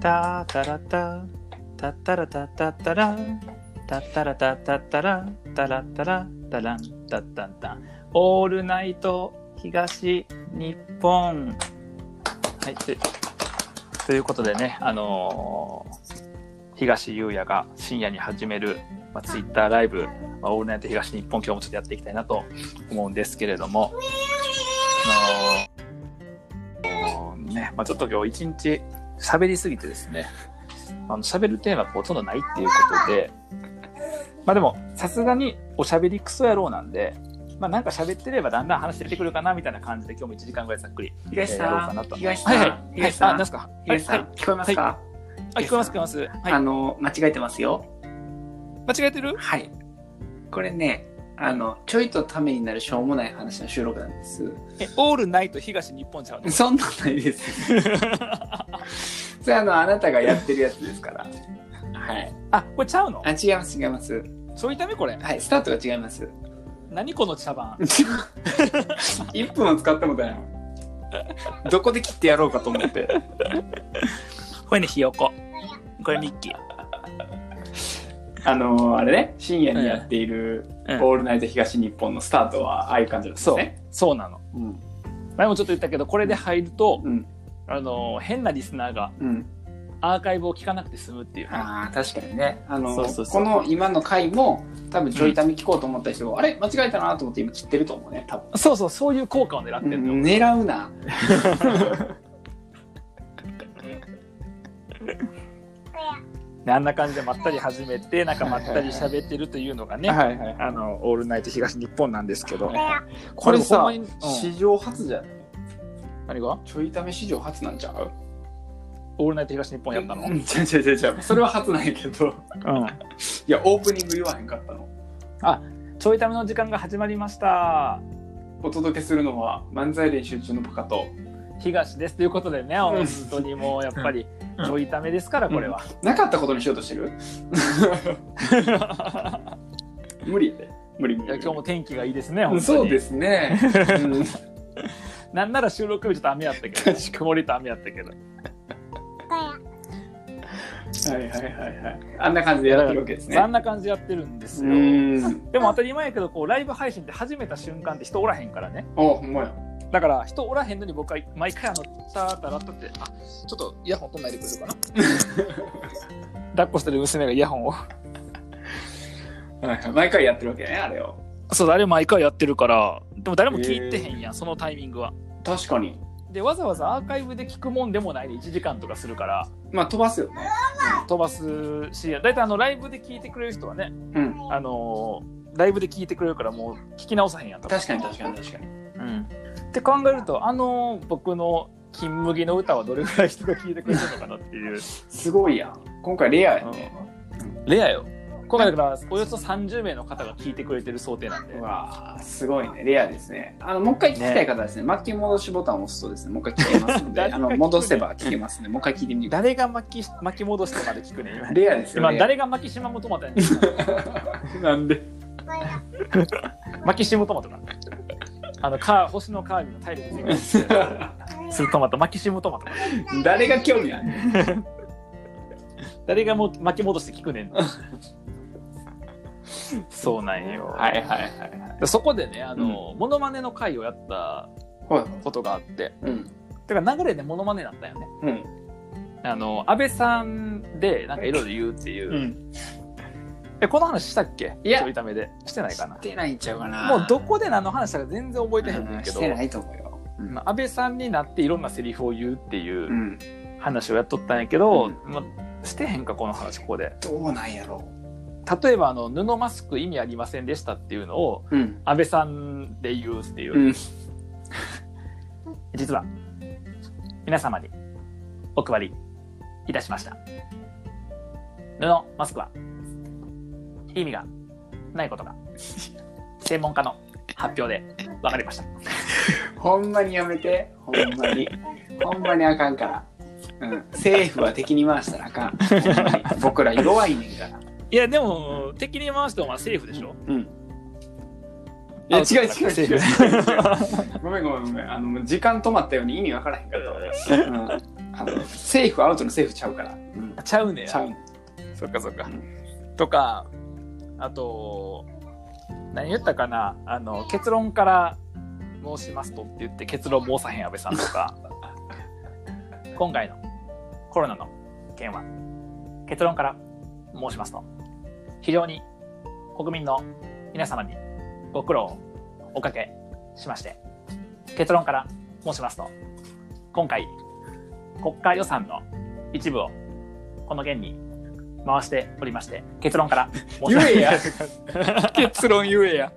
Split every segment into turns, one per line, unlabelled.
タタラタタッタラタタッタラタッタラタタッタラタラッタラタランタッタンタンオールナイト東日本はいとということでねあのー東優也が深夜に始める、まあ、ツイッターライブ、まあ、オールナイト東日本今日もちょっとやっていきたいなと思うんですけれどもあのーねまあ、ちょっと今日一日喋りすぎてですねあの喋るテーマがほとんどないっていうことでまあでもさすがにおしゃべりクソ野郎なんでまあなんか喋ってればだんだん話出てくるかなみたいな感じで今日も1時間ぐらいざっくり
東
やろう
さ
かなと
ん、東
はいはい
さん、
はい
東、さ
あ、
ん
何す、か。はい、は
東さん
い、
聞こえますか
あ、聞こえます、聞こえます。はい、
あの、間違えてますよ。
間違えてる。
はい。これね、あの、ちょいとためになるしょうもない話の収録なんです。
え、オールナイト東日本ちゃう の。
そんなんないです。 それあの、あなたがやってるやつですから。 はい。
あ、これちゃうの
あ、。違います、違います。
そういため、これ。
はい、スタートが違います。
何この茶番。
1分を使ったもだよ。どこで切ってやろうかと思って。
これね、ひよこ。これミッキー。
あのあれね、深夜にやっている、
うんうん
オールナイト東日本のスタートは、ああいう感じなんです
そう
ね。、
そうなの。
うん。
前もちょっと言ったけど、これで入ると、
うん。
あのー、変なリスナーが
うん。
アーカイブを聞かなくて済むっていう。
ああ確かにねあの
そうそうそう
この今の回も多分ちょいため聞こうと思った人が、あれ間違えたなと思って今切ってると思うね多分
そうそう、そういう効果を狙ってんの。
狙うな
であんな感じでまったり始めて、なんかまったり喋ってるというのがね。
はいはい
あのオールナイト東日本なんですけど、
これ
ほん
さ
まに、うん
史上初じゃない
何が
ちょいため史上初なんちゃう
オールナイト東日本やったの、
うん違う違う違う違うそれは初なんやけど
うん、
いやオープニング言わへんかったの
ちょいための時間が始まりました。
お届けするのは漫才練習中のパカと
東ですということでね、本当にもうやっぱり
うん
ちょいためですから、これは。
なかったことにしようとし てる無理やで無理無
いや
理
今日も天気がいいですね、
う
本
ん
当
そう
に。
で すね、うん
なんなら収録日ちょっと雨やったけど、ね、曇りと雨やったけど。
はいはいはいはい。あんな感じでやってるわけですね
あ。んな感じでやってるんです
う
よ。
ん。
でも当たり前やけど、こうライブ配信って始めた瞬間って人おらへんからね。
お、ほんまや。
だから人おらへんのに僕は毎回あの、たーたらったって、あ、ちょっとイヤホン取んないでくれるかな。抱っこしてる娘がイヤホンを。
毎回やってるわけね、あれを。
そう、誰も毎回やってるから、でも誰も聞いてへんやん、そのタイミングは。
確かに。
でわざわざアーカイブで聞くもんでもないで1時間とかするから
まあ飛ばすよね。
飛ばすし大体あのライブで聞いてくれる人はね、
うん。
あのーライブで聞いてくれるからもう聞き直さへんやん多分
確かに確かに確かに。
うんって考えるとあのー僕の「金麦の歌」はどれぐらい人が聞いてくれてるのかなっていう
すごいやん。今回レアやね。
レアよ今回だからおよそ30名の方が聞いてくれてる想定なんで
うわーすごいね。レアですね。あの、もう一回聞きたい方はですね、巻き戻しボタンを押すとですね、もう一回聞けます ので、
誰
あ
が聞く
の、戻せば聞け ますね。もう一回聞いてみてくだ
誰が巻き巻き戻してまで聞くねん今
さい。レアですよ
今
ね。
誰が巻き島もトマトやねん
なんで
巻き島トマトなあのカー星のカービィの体力全開してるスートマト、マキシムトマト。
誰が興味あるねん
誰がもう巻き戻して聞くねん。そうなんよ。
はいはいはいはい。
そこでね、あの、モノマネの回をやった
はい。
ことがあって、
うん。
てか流れでモノマネだったよね。
うん。
あの、安倍さんで、なんかいろいろ言うっていう。
うん。
え、この話したっけ
いや
ちょいためで。してないか
し
な。
てないんちゃうかな。
もうどこで何の話したか全然覚えてへんねんけ
し
ど、
てないと思うよ。、
まあ安倍さんになっていろんなセリフを言うっていううん話をやっとったんやけど、
うん
まあしてへんか、この話、ここで。
どうなんやろ
例えばあの布マスク意味ありませんでしたっていうのを
う。うん。
安倍さんで言うっていう、
うん
実は皆様にお配りいたしました布マスクは意味がないことが専門家の発表で分かりました
ほんまにやめて。ほんまに。ほんまにあかんから。うん、政府は敵に回したらあかん。ほんまに僕ら弱いねんから。
いやでも敵に回してもまあセーフでしょ、
うん。いや違う違う違 う違う違う。ごめんごめんごめん。あのもう時間止まったように意味わからへんかったわ。うんあのセーフアウトのセーフちゃうから、うん、
ちゃうね
ちゃ
や
う
そっかそっかとかあと何言ったかなあの結論から申しますとって言って結論申さへん安倍さんとか 今回のコロナの件は結論から申しますと非常に国民の皆様にご苦労をおかけしまして結論から申しますと今回国家予算の一部をこの件に回しておりまして結論から申し
言
ます
え や
結論言えや。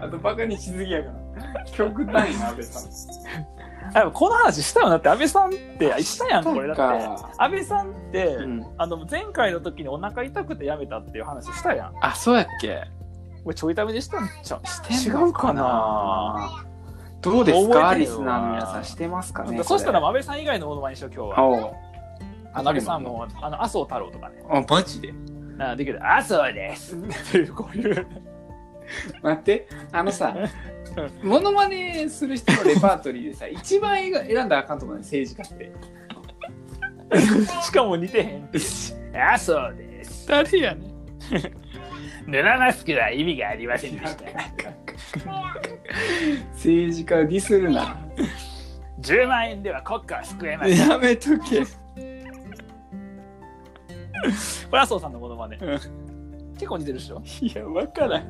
あとバカにしすぎやから極端やな安倍さん
あこの話したよなって安倍さんってしたやんこれだって
か
安倍さんって、
うん、
あの前回の時にお腹痛くてやめたっていう話したやん
あそうやっけ
俺ちょい食べでしたんちゃう
してん
違
の
うかな
どうですか
覚えて
リ
るよ
スナーの皆さんしてますかね
そしたら
こ
安倍さん以外のものまねしよう今
れ
日は
おう
あの安倍さんもあの麻生太郎とかね
あマジで
あできる麻生ですっていうこういう
待ってあの さモノマネする人のレパートリーでさ一番選んだらあかんとこね政治家って
しかも似てへん麻生です
誰 やねん
ぬらなすきは意味がありませんでした
政治家をディスる な
10万円では国家は救えません
やめとけ
これ麻生さんのものまね
うん
結構似てるでしょ
いやわからん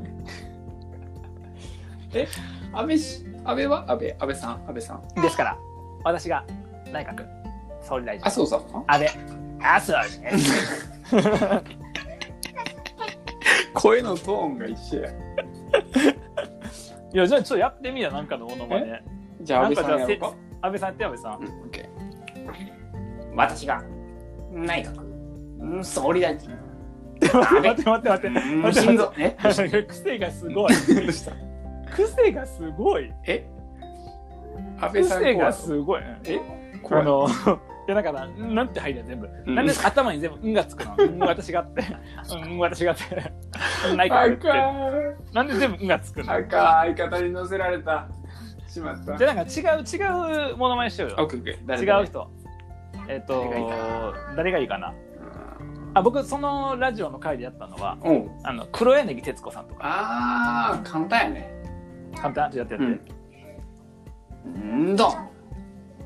え安倍し安倍は安倍安倍さん安倍さん
ですから私が内閣総理大臣
麻生さんは
安倍麻生です
声のトーンが一緒や
いやじゃあちょっとやってみやなんかのものまね
じゃあ
なん
安
か
倍
じ
さ
ゃ
んや
あせ
ろうか
安倍さんやって安倍さん
うんオッケー
私が
内閣総理大 臣
待 って待って待って待って待っ
え
て癖がすごい
どうした
癖がすごい
え安倍さん
癖
怖
が
い
すごい
え
あ
怖い
の いやだからなんて入るや全部、
うん
なんで頭に全部「ん」がつくの「ん」私があって「うん」私があ って内閣って
赤
なんで全部「ん」がつくの
い赤い方に乗せられたしまった
じゃあなんか違う違うものまねしようよ
オッケーオッケー誰
違
々
う人えっ、と
誰がいい
誰がいいかなあ僕そのラジオの回でやったのは
うんおう
あの黒柳徹子さんとか
あー簡単やね
簡単にやってやって、
うんどん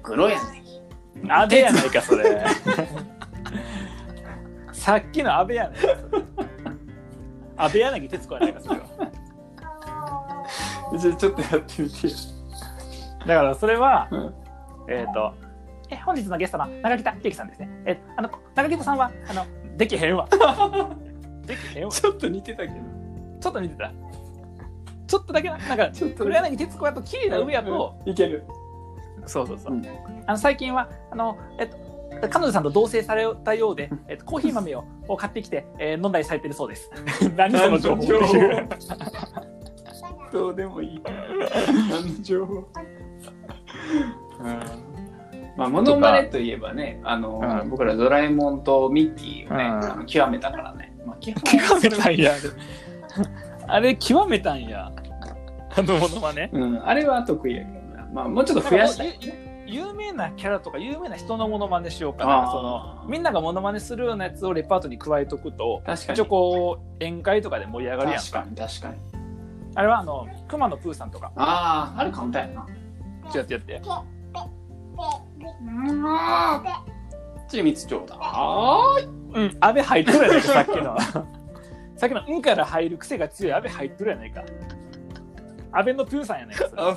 黒やね
安倍やないかそ れさっきの安倍やないかそれ安倍柳徹子やないかそれは
じゃあちょっとやってみてよ
だからそれは
うん
えっ、とえ本日のゲストの長北秀樹さんですねえあの長北さんはあのできへ んわできへんわ
ちょっと似てたけど
ちょっと似てた。ちょっとだけな、なんか、
ちょっと
黒柳徹子やと、綺麗な上やと、
いける。
そうそうそううんあの最近は、あの、えっと、彼女さんと同棲されたようで、えっと、コーヒー豆をを買ってきて、えー飲んだりされてるそうです。 何その情報って いう。
どうでもいい何の情報まあ、モノマネといえばね、あの、
うん
僕らドラえもんとミッキーをね、
うん
あの極めたからね。まあ、極
極めたんや、あれ。あれ、極めたんや。あのものはね。
うん、あれは得意やけどな。まあ、もうちょっと増やしたい。
なんかもうゆ有名なキャラとか有名な人のものまねしようか
あ
な
ー
そのみんながものまねするようなやつをレパートリーに加えとくと
確かに。
一応こう宴会とかで盛り上がるやん
確かに、確かに。
あれはあの熊野プーさんとか
ああ、あれ簡単やな。
ちょっとやってやって
ちみつちょうだ。はーい。
うん安倍入っとるやないかさっきの さっきの「うん」から入る癖が強い安倍入っとるやないか安倍のプーさんやないかそれ
あ、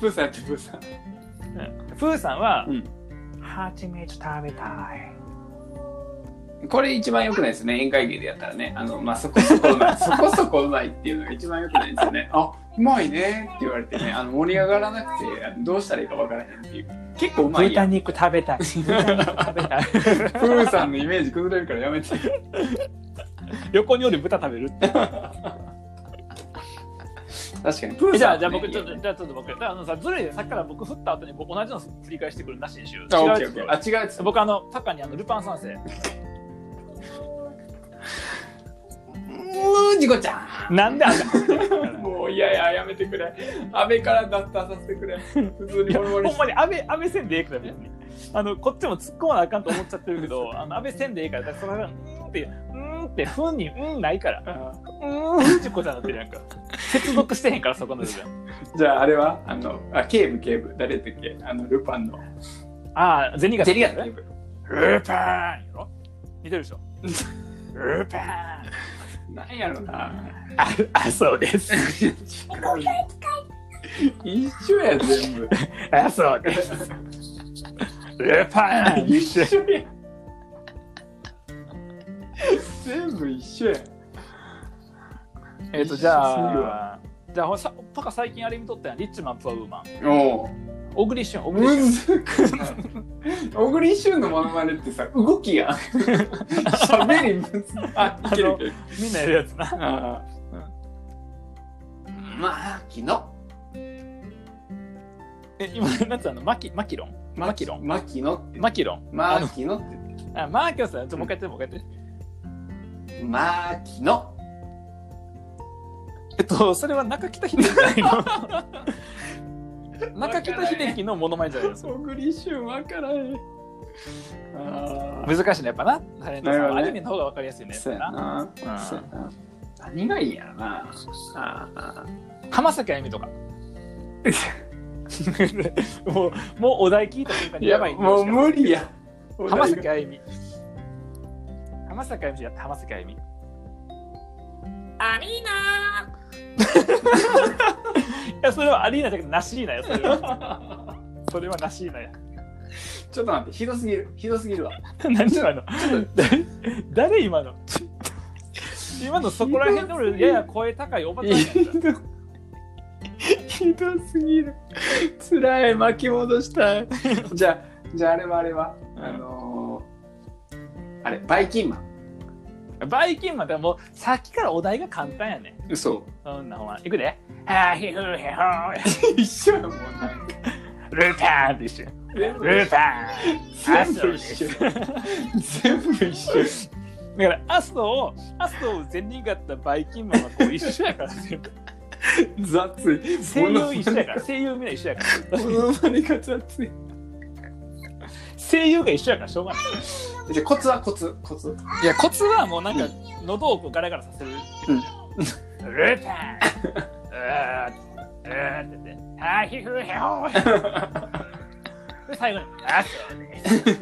プーさん。プーさんやって、プーさん。
プーさんは
うん
「はちみつ食べたい
これ一番良くないですね。宴会芸でやったらね。あの、まあ、そこそこう まい。そこそこうまいっていうのが一番良くないですよね。あ、うまいねって言われてね。あの、盛り上がらなくて、あのどうしたらいいかわからへんっていう。結構う」まいや
豚
ん。
肉食べたい豚肉食べたい
プーさんのイメージ崩れるからやめて。
横におる豚食べるって
確かに。プ ーさん、
じゃあじゃあ僕ちょっとじゃあちょっと僕あのさずるいでさっきから僕振った後に僕同じの繰り返してくるなしにしよう
あ、オ
違
ッ
う
ケ
や
ーオ
つ
ッケー。あ、違うやつ。
僕あのタカにあのルパン三世
ううー、ジコちゃ。
なんであんなこと言うんの
もういやいや、やめてくれ。安倍から脱退させてくれ。普通
い
に
や
モリモリ
ほん
して
まに安倍安倍せんでええから別にあのこっちも突っ込まなあかんと思っちゃってるけどあの安倍せんでええからだからその辺うーんってうーんってふんにうんないから
あ
うーんってことになってるやんか接続してへんからそこの部分
ーじゃあ、あれはあの、あ、警部、警部。誰だっけあの、ルパンの。
ああ銭が
リ
ル
部。
パンやろ似てるでしょルパン
なんやろな。
ああそうです
一緒や、全部。
あそうですルパン
一緒や。全部一緒や。
えっとじゃあじゃあほんさパカ最近あれ見とったやんリッチマンプアウーマン
おお。
小栗旬小栗旬
むずくない小栗旬のモノマネってさ動きやん喋りむずあいけるいける
みんなやるやつな
あーまあ昨日
え今なんつうのマキマキロンマキロン
マキノって
マキロン
マ
あの
キノっ
あマーキロンさんちょもう一回やってもう一回やって
てマキノ
えっとそれは中北秀樹じゃな いの中北秀樹のモノマネじゃないですか
小栗旬わからへんああ
難しいねやっぱなタレントさんは
な
ア
るほ
ニ
どね
メの方が分かりやすいね
そうやな
うん
そうやな何がいいんやろなああ
浜崎あゆみ とかもうもうお題聞いた瞬間にやばい
もう無理や
浜崎あゆみ浜崎あゆみやった浜崎あゆみ
アリーナ
いやそれはアリーナじゃなくてナシーナよそれはそれはナシーナや
ちょっと待ってひどすぎるひどすぎるわ
何今の誰 誰今の今のそこら辺の俺やや声高いおばちゃんやった
ひどすぎる。つらい、巻き戻したい。じゃあ、じゃあ、あれはあれは、
うん
あのーあれ、バイキンマン。
バイキンマンってもうさっきからお題が簡単やね
嘘。
そんなほんまいくでハーヒフーヘホー
一緒やもん、なんか。
ルパンって一緒
全部
ル
一緒
パン
全部一緒
アストです。
全部一緒。
だからアストをアストを全人がったバイキンマンはこう一緒や からね
雑い。
声優一緒やから声優みんな一緒やから
ものまねが雑い。
声優が一緒やからしょうがない
じゃあ、コツはコツ、コツ。
いやコツはもうなんか喉をこうガラガラさせる
うん。
ルパンうーうーって言って、はひふへほーで、最後に、あそう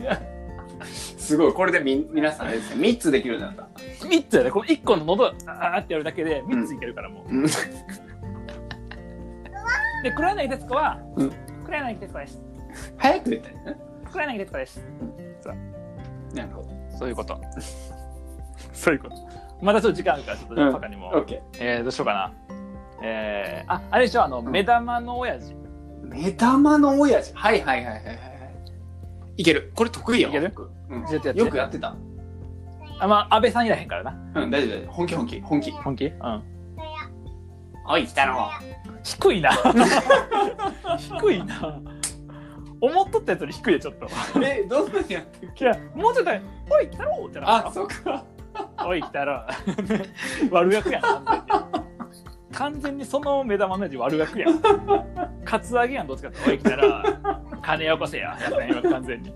です。
すごい、これでみ、皆さんあれですね、3つできるようになった。
3つやね、この1個の喉、あーってやるだけで3ついけるからもう。
うん。
で、黒柳徹子は
うん、
黒柳徹子です。
早く言ったらいいね。
黒柳徹子です。
なるほど。
そういうこと。そういうこと。またちょっと時間あるから、ちょっと
うん
パカにも。
オッケ
えー、どうしようかな。えー、あ、あれでしょ、あの、
ん
目玉の親父。
ー。目玉の親父。はいはいはいはいはいはい。いける。これ得意よ。
いける
うん
ちょっとやって
よくやってた。
あ、まあ、安倍さんいらへんからな。
うん、大丈夫大丈夫。本気本気本気。
本気うん。
おい、来たの。
低いな。低いな。思っとったやつより低いで、ちょっと。
え、どんなにやってる
いや、もうちょっと、おい、来たろうってなった
あ、そっか。
おい、来たろう。 悪役やん、完全に。完全にその目玉のやつ悪役やん。カツアゲやん、どっちかって。おい、来たろう。金よこせや。やったん今、完全に。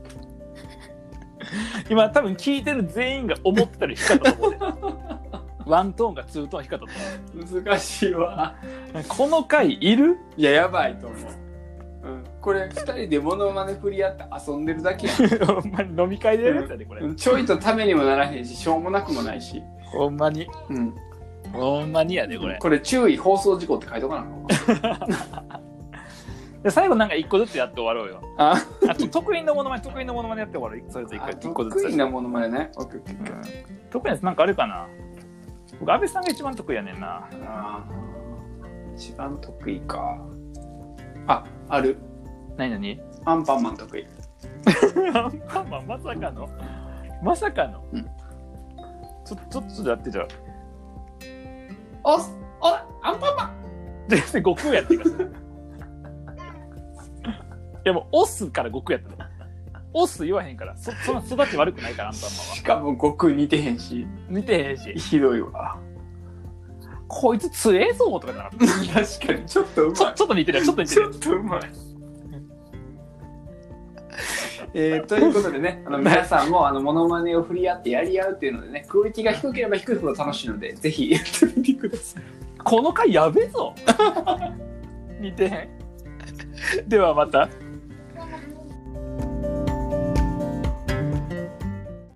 今、多分聞いてる全員が思ってたり光ったと思うで。ワントーンがツートーン光ったと
難しいわ。
思う。この回いる
いや、やばいと思う。うん、これ二人でモノマネ振り合って遊んでるだけやん
ほんまに飲み会でやるやつやで、これ
う。んちょいとためにもならへんししょうもなくもないし、
ほんまに。
うん、
ほんまにやで、これ。
これ注意放送事故って書いとかなの
で最後なんか一個ずつやって終わろうよ。
あ
あと得意のものまね、得意のものまねやって終わろう。それぞれ一個
あ
一個ずつ。
得意なモノマネねオッケーオッケーオッケー
特になんかあるかな僕安倍さんが一番得意やねんな
あー一番得意かあある
何何
アンパンマン得意
アンパンマンまさかのまさかの、
うん
ちょちょっとやってじゃあ
おっおっアンパンマン
全然悟空やってるからいやもうオスから悟空やったのオス言わへんからそそんな育ち悪くないからアンパンマンは
しかも悟空似てへんし
似てへんし
ひどいわ
こいつ強えぞとかだなち
確かにちょっとうま
ょちょっと似てるよちょっと
い
似て
ち
る
ょっとうまいえー、ということでね、あの皆さんもあのモノマネを振り合ってやり合うっていうのでね、クオリティが低ければ低いほど楽しいので、ぜひやってみてください。
この回やべえぞ似てへんではまた